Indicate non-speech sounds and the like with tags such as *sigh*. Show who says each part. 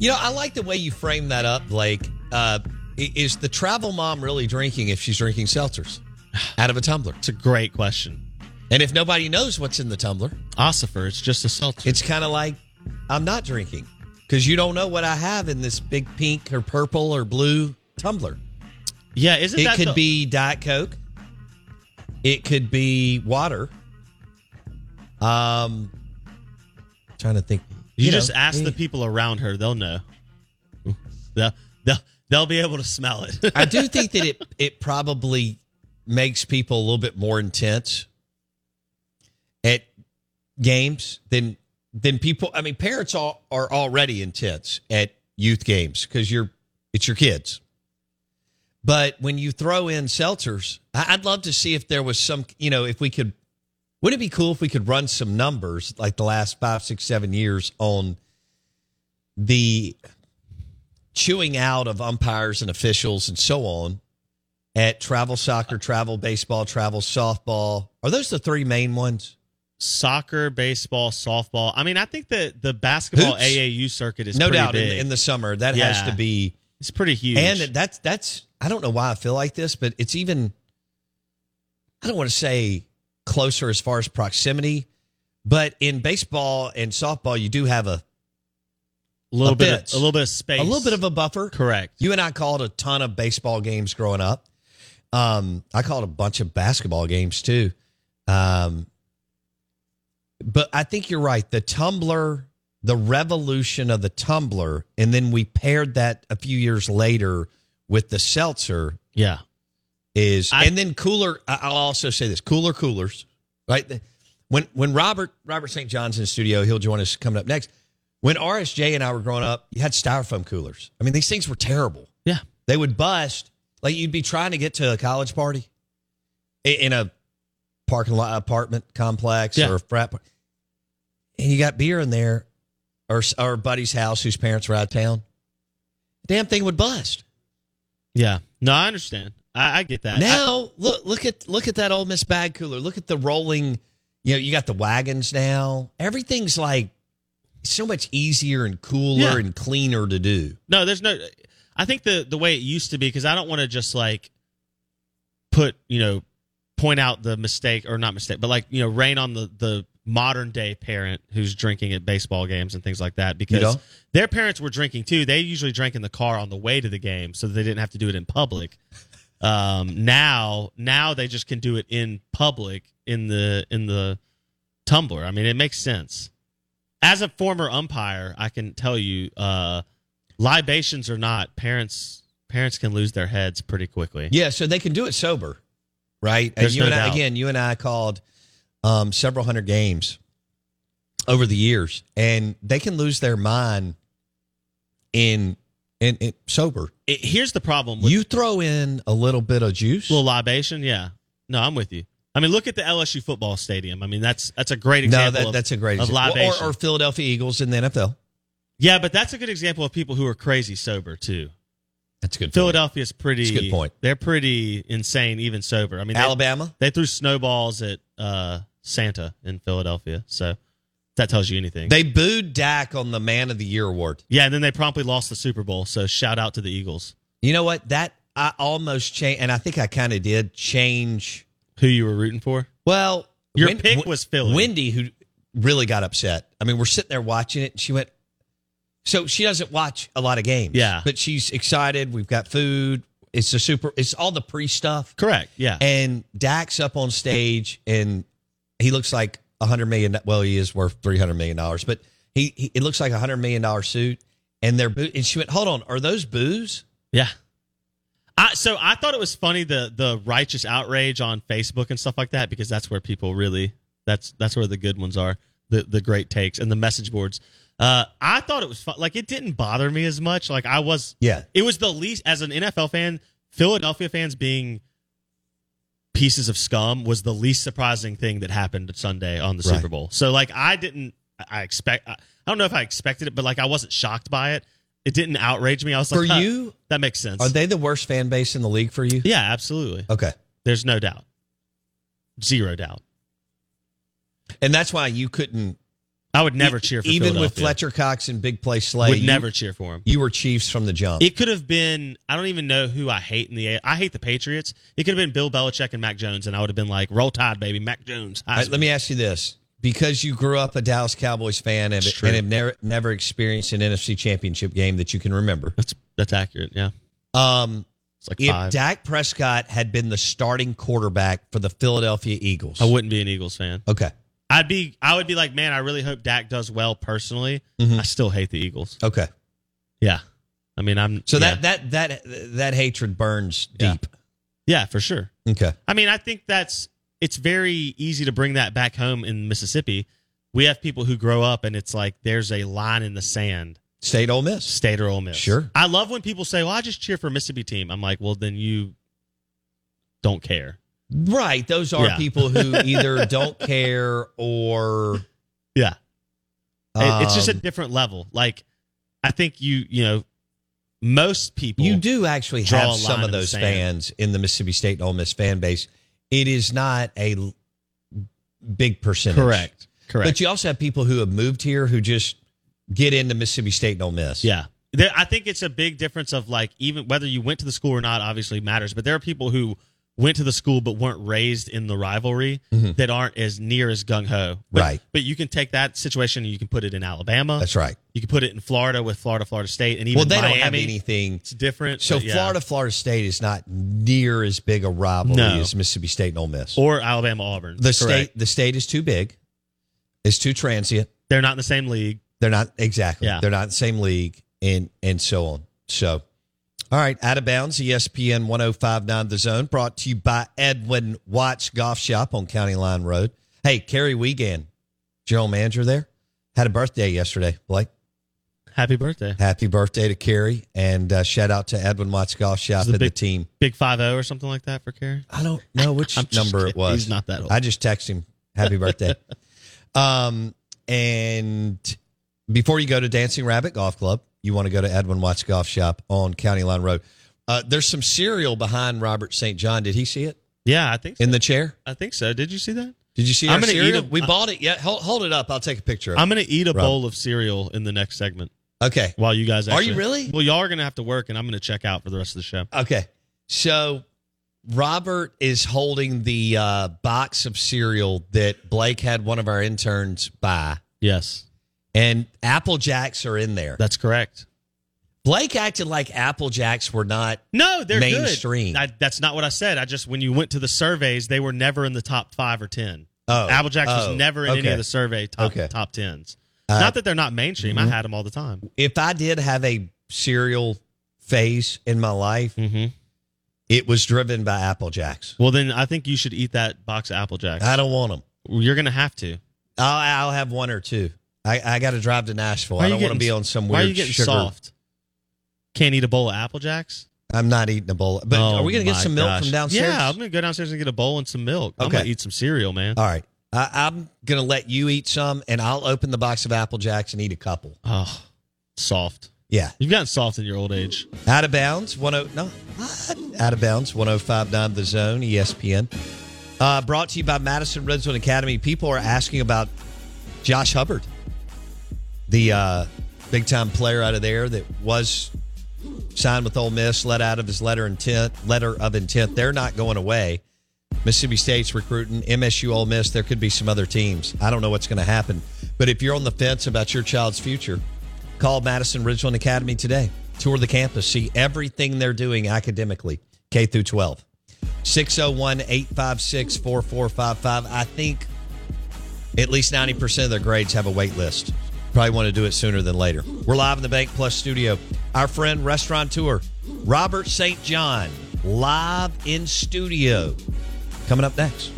Speaker 1: You know, I like the way you frame that up, Blake. Uh, i- is the travel mom really drinking if she's drinking seltzers *sighs* out of a tumbler?
Speaker 2: It's a great question.
Speaker 1: And if nobody knows what's in the tumbler,
Speaker 2: Ossifer, it's just a seltzer.
Speaker 1: it's kind of like I'm not drinking because you don't know what I have in this big pink or purple or blue tumbler.
Speaker 2: yeah, isn't
Speaker 1: It
Speaker 2: that
Speaker 1: could
Speaker 2: the-
Speaker 1: be Diet Coke. It could be water. Um, trying to think.
Speaker 2: You,
Speaker 1: know,
Speaker 2: just ask the people around her; they'll know. They'll, they'll, they'll be able to smell it.
Speaker 1: *laughs* I do think that it it probably makes people a little bit more intense at games than than people. I mean, parents are, are already intense at youth games because you're it's your kids. But when you throw in seltzers, I- I'd love to see if there was some. You know, if we could, would it be cool if we could run some numbers like the last five, six, seven years on the chewing out of umpires and officials and so on at travel soccer, travel baseball, travel softball. Are those the three main ones?
Speaker 2: Soccer, baseball, softball. I mean, I think that the basketball
Speaker 1: Hoops?
Speaker 2: AAU circuit is
Speaker 1: no
Speaker 2: pretty
Speaker 1: doubt in,
Speaker 2: big.
Speaker 1: in the summer that has
Speaker 2: Yeah.
Speaker 1: to be.
Speaker 2: it's pretty huge.
Speaker 1: And that's that's I don't know why I feel like this, but it's even I don't want to say closer as far as proximity, but in baseball and softball you do have a
Speaker 2: a little
Speaker 1: a
Speaker 2: bit,
Speaker 1: bit.
Speaker 2: Of, a little bit of space,
Speaker 1: a little bit of a buffer.
Speaker 2: correct.
Speaker 1: You and I called a ton of baseball games growing up. Um, I called a bunch of basketball games too. Um, but I think you're right. The tumbler, the revolution of the tumbler, and then we paired that a few years later with the seltzer
Speaker 2: yeah,
Speaker 1: is,
Speaker 2: I-
Speaker 1: and then cooler. I- I'll also say this: cooler coolers, right? The- When when Robert Robert St. John's in the studio, he'll join us coming up next. When RSJ and I were growing up, you had styrofoam coolers. I mean, these things were terrible
Speaker 2: yeah.
Speaker 1: they would bust. Like you'd be trying to get to a college party i- in a parking lot apartment complex
Speaker 2: Yeah.
Speaker 1: or a frat, par- and you got beer in there, or s- or a buddy's house whose parents were out of town. Damn thing would bust.
Speaker 2: Yeah. No, I understand. I, I get that. I-
Speaker 1: Now look look at look at that old Miss Bag Cooler. Look at the rolling. You know you got the wagons now. Everything's like so much easier and cooler
Speaker 2: Yeah.
Speaker 1: and cleaner to do.
Speaker 2: no, there's no. I think the the way it used to be because I don't want to just like put you know point out the mistake or not mistake, but like you know rain on the the modern day parent who's drinking at baseball games and things like that because
Speaker 1: don't?
Speaker 2: their parents were drinking too. They usually drank in the car on the way to the game so that they didn't have to do it in public. Um, now now they just can do it in public in the in the tumbler. I mean, it makes sense. As a former umpire, I can tell you, uh, libations or not, parents parents can lose their heads pretty quickly.
Speaker 1: Yeah, so they can do it sober, right? And
Speaker 2: There's
Speaker 1: you
Speaker 2: no
Speaker 1: and I,
Speaker 2: doubt.
Speaker 1: again, you and I called um, several hundred games over the years, and they can lose their mind in in, in sober.
Speaker 2: It- here's the problem with
Speaker 1: You throw in a little bit of juice.
Speaker 2: little libation. Yeah, no, I'm with you. I mean, look at the LSU football stadium. I mean, that's that's a great
Speaker 1: no,
Speaker 2: example.
Speaker 1: that,
Speaker 2: of-
Speaker 1: that's a great
Speaker 2: of
Speaker 1: example.
Speaker 2: libation.
Speaker 1: Or, or Philadelphia Eagles in the NFL.
Speaker 2: yeah, but that's a good example of people who are crazy sober too.
Speaker 1: That's a good. point.
Speaker 2: Philadelphia's pretty.
Speaker 1: That's a good point.
Speaker 2: They're pretty insane, even sober. I mean, they,
Speaker 1: Alabama.
Speaker 2: they threw snowballs at uh, Santa in Philadelphia, so if that tells you anything.
Speaker 1: They booed Dak on the Man of the Year award.
Speaker 2: yeah, and then they promptly lost the Super Bowl. So shout out to the Eagles,
Speaker 1: You know what? That I almost changed, and I think I kind of did change.
Speaker 2: who you were rooting for.
Speaker 1: Well,
Speaker 2: Your
Speaker 1: Wen-
Speaker 2: pick
Speaker 1: Wen-
Speaker 2: was Philly.
Speaker 1: Wendy, who really got upset. I mean, we're sitting there watching it, and she went. So she doesn't watch a lot of games.
Speaker 2: Yeah.
Speaker 1: but she's excited. We've got food. It's the super. It's all the pre stuff.
Speaker 2: Correct. Yeah.
Speaker 1: And Dax up on stage, and he looks like a hundred million. Well, he is worth three hundred million dollars, but he, he it looks like a hundred million dollar suit. And they're boo- and she went, hold on, are those booze?
Speaker 2: Yeah. I, so I thought it was funny the the righteous outrage on Facebook and stuff like that because that's where people really that's that's where the good ones are the the great takes and the message boards. Uh, I thought it was fun. Like it didn't bother me as much. Like I was
Speaker 1: Yeah,
Speaker 2: it was the least as an NFL fan Philadelphia fans being pieces of scum was the least surprising thing that happened Sunday on the
Speaker 1: Right.
Speaker 2: Super Bowl. So like I didn't I expect I, I don't know if I expected it, but like I wasn't shocked by it. It didn't outrage me. I was like,
Speaker 1: For
Speaker 2: huh,
Speaker 1: you,
Speaker 2: that makes sense.
Speaker 1: are they the worst fan base in the league for you?
Speaker 2: yeah, absolutely.
Speaker 1: Okay.
Speaker 2: There's no doubt. Zero doubt.
Speaker 1: And that's why you couldn't
Speaker 2: I would never cheer for
Speaker 1: E- even with
Speaker 2: Philadelphia.
Speaker 1: Fletcher Cox and Big Play Slay.
Speaker 2: Would
Speaker 1: you-
Speaker 2: never cheer for him.
Speaker 1: You were Chiefs from the jump.
Speaker 2: It could have been. I don't even know who I hate in the. A- I hate the Patriots. It could have been Bill Belichick and Mac Jones, and I would have been like, "Roll Tide, baby, Mac Jones."
Speaker 1: All right, let me ask you this: because you grew up a Dallas Cowboys fan and,
Speaker 2: It's true.
Speaker 1: and have never never experienced an NFC Championship game that you can remember,
Speaker 2: That's that's accurate. Yeah,
Speaker 1: um,
Speaker 2: it's like
Speaker 1: if
Speaker 2: five.
Speaker 1: Dak Prescott had been the starting quarterback for the Philadelphia Eagles,
Speaker 2: I wouldn't be an Eagles fan.
Speaker 1: okay,
Speaker 2: I'd be. I would be like, man, I really hope Dak does well personally.
Speaker 1: Mhm.
Speaker 2: I still hate the Eagles.
Speaker 1: okay.
Speaker 2: Yeah, I mean, I'm
Speaker 1: So
Speaker 2: yeah.
Speaker 1: that that that that hatred burns
Speaker 2: Yeah.
Speaker 1: deep.
Speaker 2: yeah for sure.
Speaker 1: Okay,
Speaker 2: I mean, I think that's it's very easy to bring that back home in Mississippi. We have people who grow up and it's like there's a line in the sand
Speaker 1: State Ole Miss.
Speaker 2: State or Ole Miss.
Speaker 1: Sure.
Speaker 2: I love when people say, "Well, I just cheer for Mississippi team." I'm like, "Well, then you don't care."
Speaker 1: Right, those are
Speaker 2: Yeah.
Speaker 1: people who *laughs* either don't care or
Speaker 2: Yeah. It- it's just a
Speaker 1: um,
Speaker 2: different level. Like, I think you you know most people
Speaker 1: You do actually
Speaker 2: draw a
Speaker 1: have
Speaker 2: line
Speaker 1: some
Speaker 2: in
Speaker 1: of
Speaker 2: the
Speaker 1: those
Speaker 2: sand.
Speaker 1: fans in the Mississippi State and Ole Miss fan base. It is not a l- big percentage.
Speaker 2: correct correct.
Speaker 1: But you also have people who have moved here who just get into Mississippi State and Ole Miss.
Speaker 2: yeah. There, I think it's a big difference of like even whether you went to the school or not obviously matters, but there are people who went to the school but weren't raised in the rivalry
Speaker 1: Mhm.
Speaker 2: that aren't as near as gung ho.
Speaker 1: Right.
Speaker 2: But you can take that situation and you can put it in Alabama.
Speaker 1: That's right.
Speaker 2: You can put it in Florida with Florida, Florida State, and even
Speaker 1: Well, they
Speaker 2: Miami.
Speaker 1: don't have anything.
Speaker 2: It's different.
Speaker 1: So
Speaker 2: but yeah.
Speaker 1: Florida, Florida State is not near as big a rivalry
Speaker 2: No.
Speaker 1: as Mississippi State and Ole Miss.
Speaker 2: or Alabama, Auburn.
Speaker 1: the
Speaker 2: Correct.
Speaker 1: state, the state is too big. It's too transient.
Speaker 2: they're not in the same league.
Speaker 1: They're not exactly.
Speaker 2: Yeah.
Speaker 1: They're not in the same league and and so on. So all right, out of bounds, E ESPN 1059 The Zone, brought to you by Edwin Watts Golf Shop on County Line Road. Hey, Kerry Wiegand, general manager there, had a birthday yesterday, Blake.
Speaker 2: Happy birthday,
Speaker 1: Happy birthday to Kerry, and uh, shout out to Edwin Watts Golf Shop
Speaker 2: the
Speaker 1: and the
Speaker 2: big-
Speaker 1: team.
Speaker 2: Big Five O or something like that for Kerry.
Speaker 1: I don't know which *laughs*
Speaker 2: *laughs* I'm just
Speaker 1: number it
Speaker 2: kidding.
Speaker 1: was.
Speaker 2: He's not that old.
Speaker 1: I just text him happy *laughs* birthday. um, and before you go to Dancing Rabbit Golf Club, you want to go to Edwin Watts Golf Shop on County Line Road. Uh, there's some cereal behind Robert St. John. Did he see it
Speaker 2: yeah, I think. So.
Speaker 1: in the chair?
Speaker 2: I think so. Did you see that?
Speaker 1: Did you see
Speaker 2: I'm
Speaker 1: our
Speaker 2: gonna eat
Speaker 1: cereal?
Speaker 2: a-
Speaker 1: we bought it. Yeah, hold, hold it up. I'll take a picture. Of
Speaker 2: I'm gonna eat a
Speaker 1: Rob.
Speaker 2: bowl of cereal in the next segment
Speaker 1: it. Okay.
Speaker 2: while you guys.
Speaker 1: Are
Speaker 2: Actually,
Speaker 1: you really?
Speaker 2: Well, y'all are gonna have to work, and I'm gonna check out for the rest of the show.
Speaker 1: Okay. So Robert is holding the uh, box of cereal that Blake had one of our interns buy,
Speaker 2: Yes,
Speaker 1: and Apple Jacks are in there.
Speaker 2: that's correct.
Speaker 1: Blake acted like Apple Jacks were not
Speaker 2: No, they're good.
Speaker 1: Mainstream.
Speaker 2: I, that's not what I said. I just when you went to the surveys, they were never in the top five or ten.
Speaker 1: Oh,
Speaker 2: Apple Jacks
Speaker 1: oh,
Speaker 2: was never in any
Speaker 1: okay.
Speaker 2: of the survey top
Speaker 1: Okay.
Speaker 2: top tens.
Speaker 1: Uh, mm-hmm.
Speaker 2: not that they're not mainstream. I had them all the time.
Speaker 1: If I did have a cereal phase in my life,
Speaker 2: Mm-hmm.
Speaker 1: it was driven by Apple Jacks.
Speaker 2: Well, then I think you should eat that box of Apple Jacks.
Speaker 1: I don't want them.
Speaker 2: You're gonna have to.
Speaker 1: I'll, I'll have one or two. I, I got to drive to Nashville.
Speaker 2: Why are
Speaker 1: I
Speaker 2: you
Speaker 1: don't want to
Speaker 2: getting-
Speaker 1: be on some weird
Speaker 2: Why are you getting
Speaker 1: sugar.
Speaker 2: soft? Can't eat a bowl of Apple Jacks.
Speaker 1: I'm not eating a bowl. But
Speaker 2: Oh
Speaker 1: are we going to get
Speaker 2: my
Speaker 1: some milk
Speaker 2: gosh.
Speaker 1: from downstairs?
Speaker 2: Yeah, I'm gonna go downstairs and get a bowl and some milk. I'm
Speaker 1: Okay. Uh,
Speaker 2: gonna eat some cereal, man.
Speaker 1: All right. I, I'm going to let you eat some, and I'll open the box of Apple Jacks and eat a couple.
Speaker 2: Oh, soft.
Speaker 1: Yeah.
Speaker 2: You've gotten soft in your old age.
Speaker 1: Out of bounds, 10 no, out of bounds, 1059 The Zone, E ESPN. Uh, brought to you by Madison Redstone Academy. People are asking about Josh Hubbard, the uh, big time player out of there that was signed with Ole Miss, let out of his letter intent, letter of intent. They're not going away. Mississippi State's recruiting, MSU Ole Miss, there could be some other teams. I don't know what's going to happen. But if you're on the fence about your child's future, call Madison Ridgeland Academy today. Tour the campus, see everything they're doing academically, K through oh 12. 601 856 4455. I think at least 90% of their grades have a wait list. Probably want to do it sooner than later. We're live in the Bank Plus studio. Our friend, restaurateur Robert St. John, live in studio. Coming up next.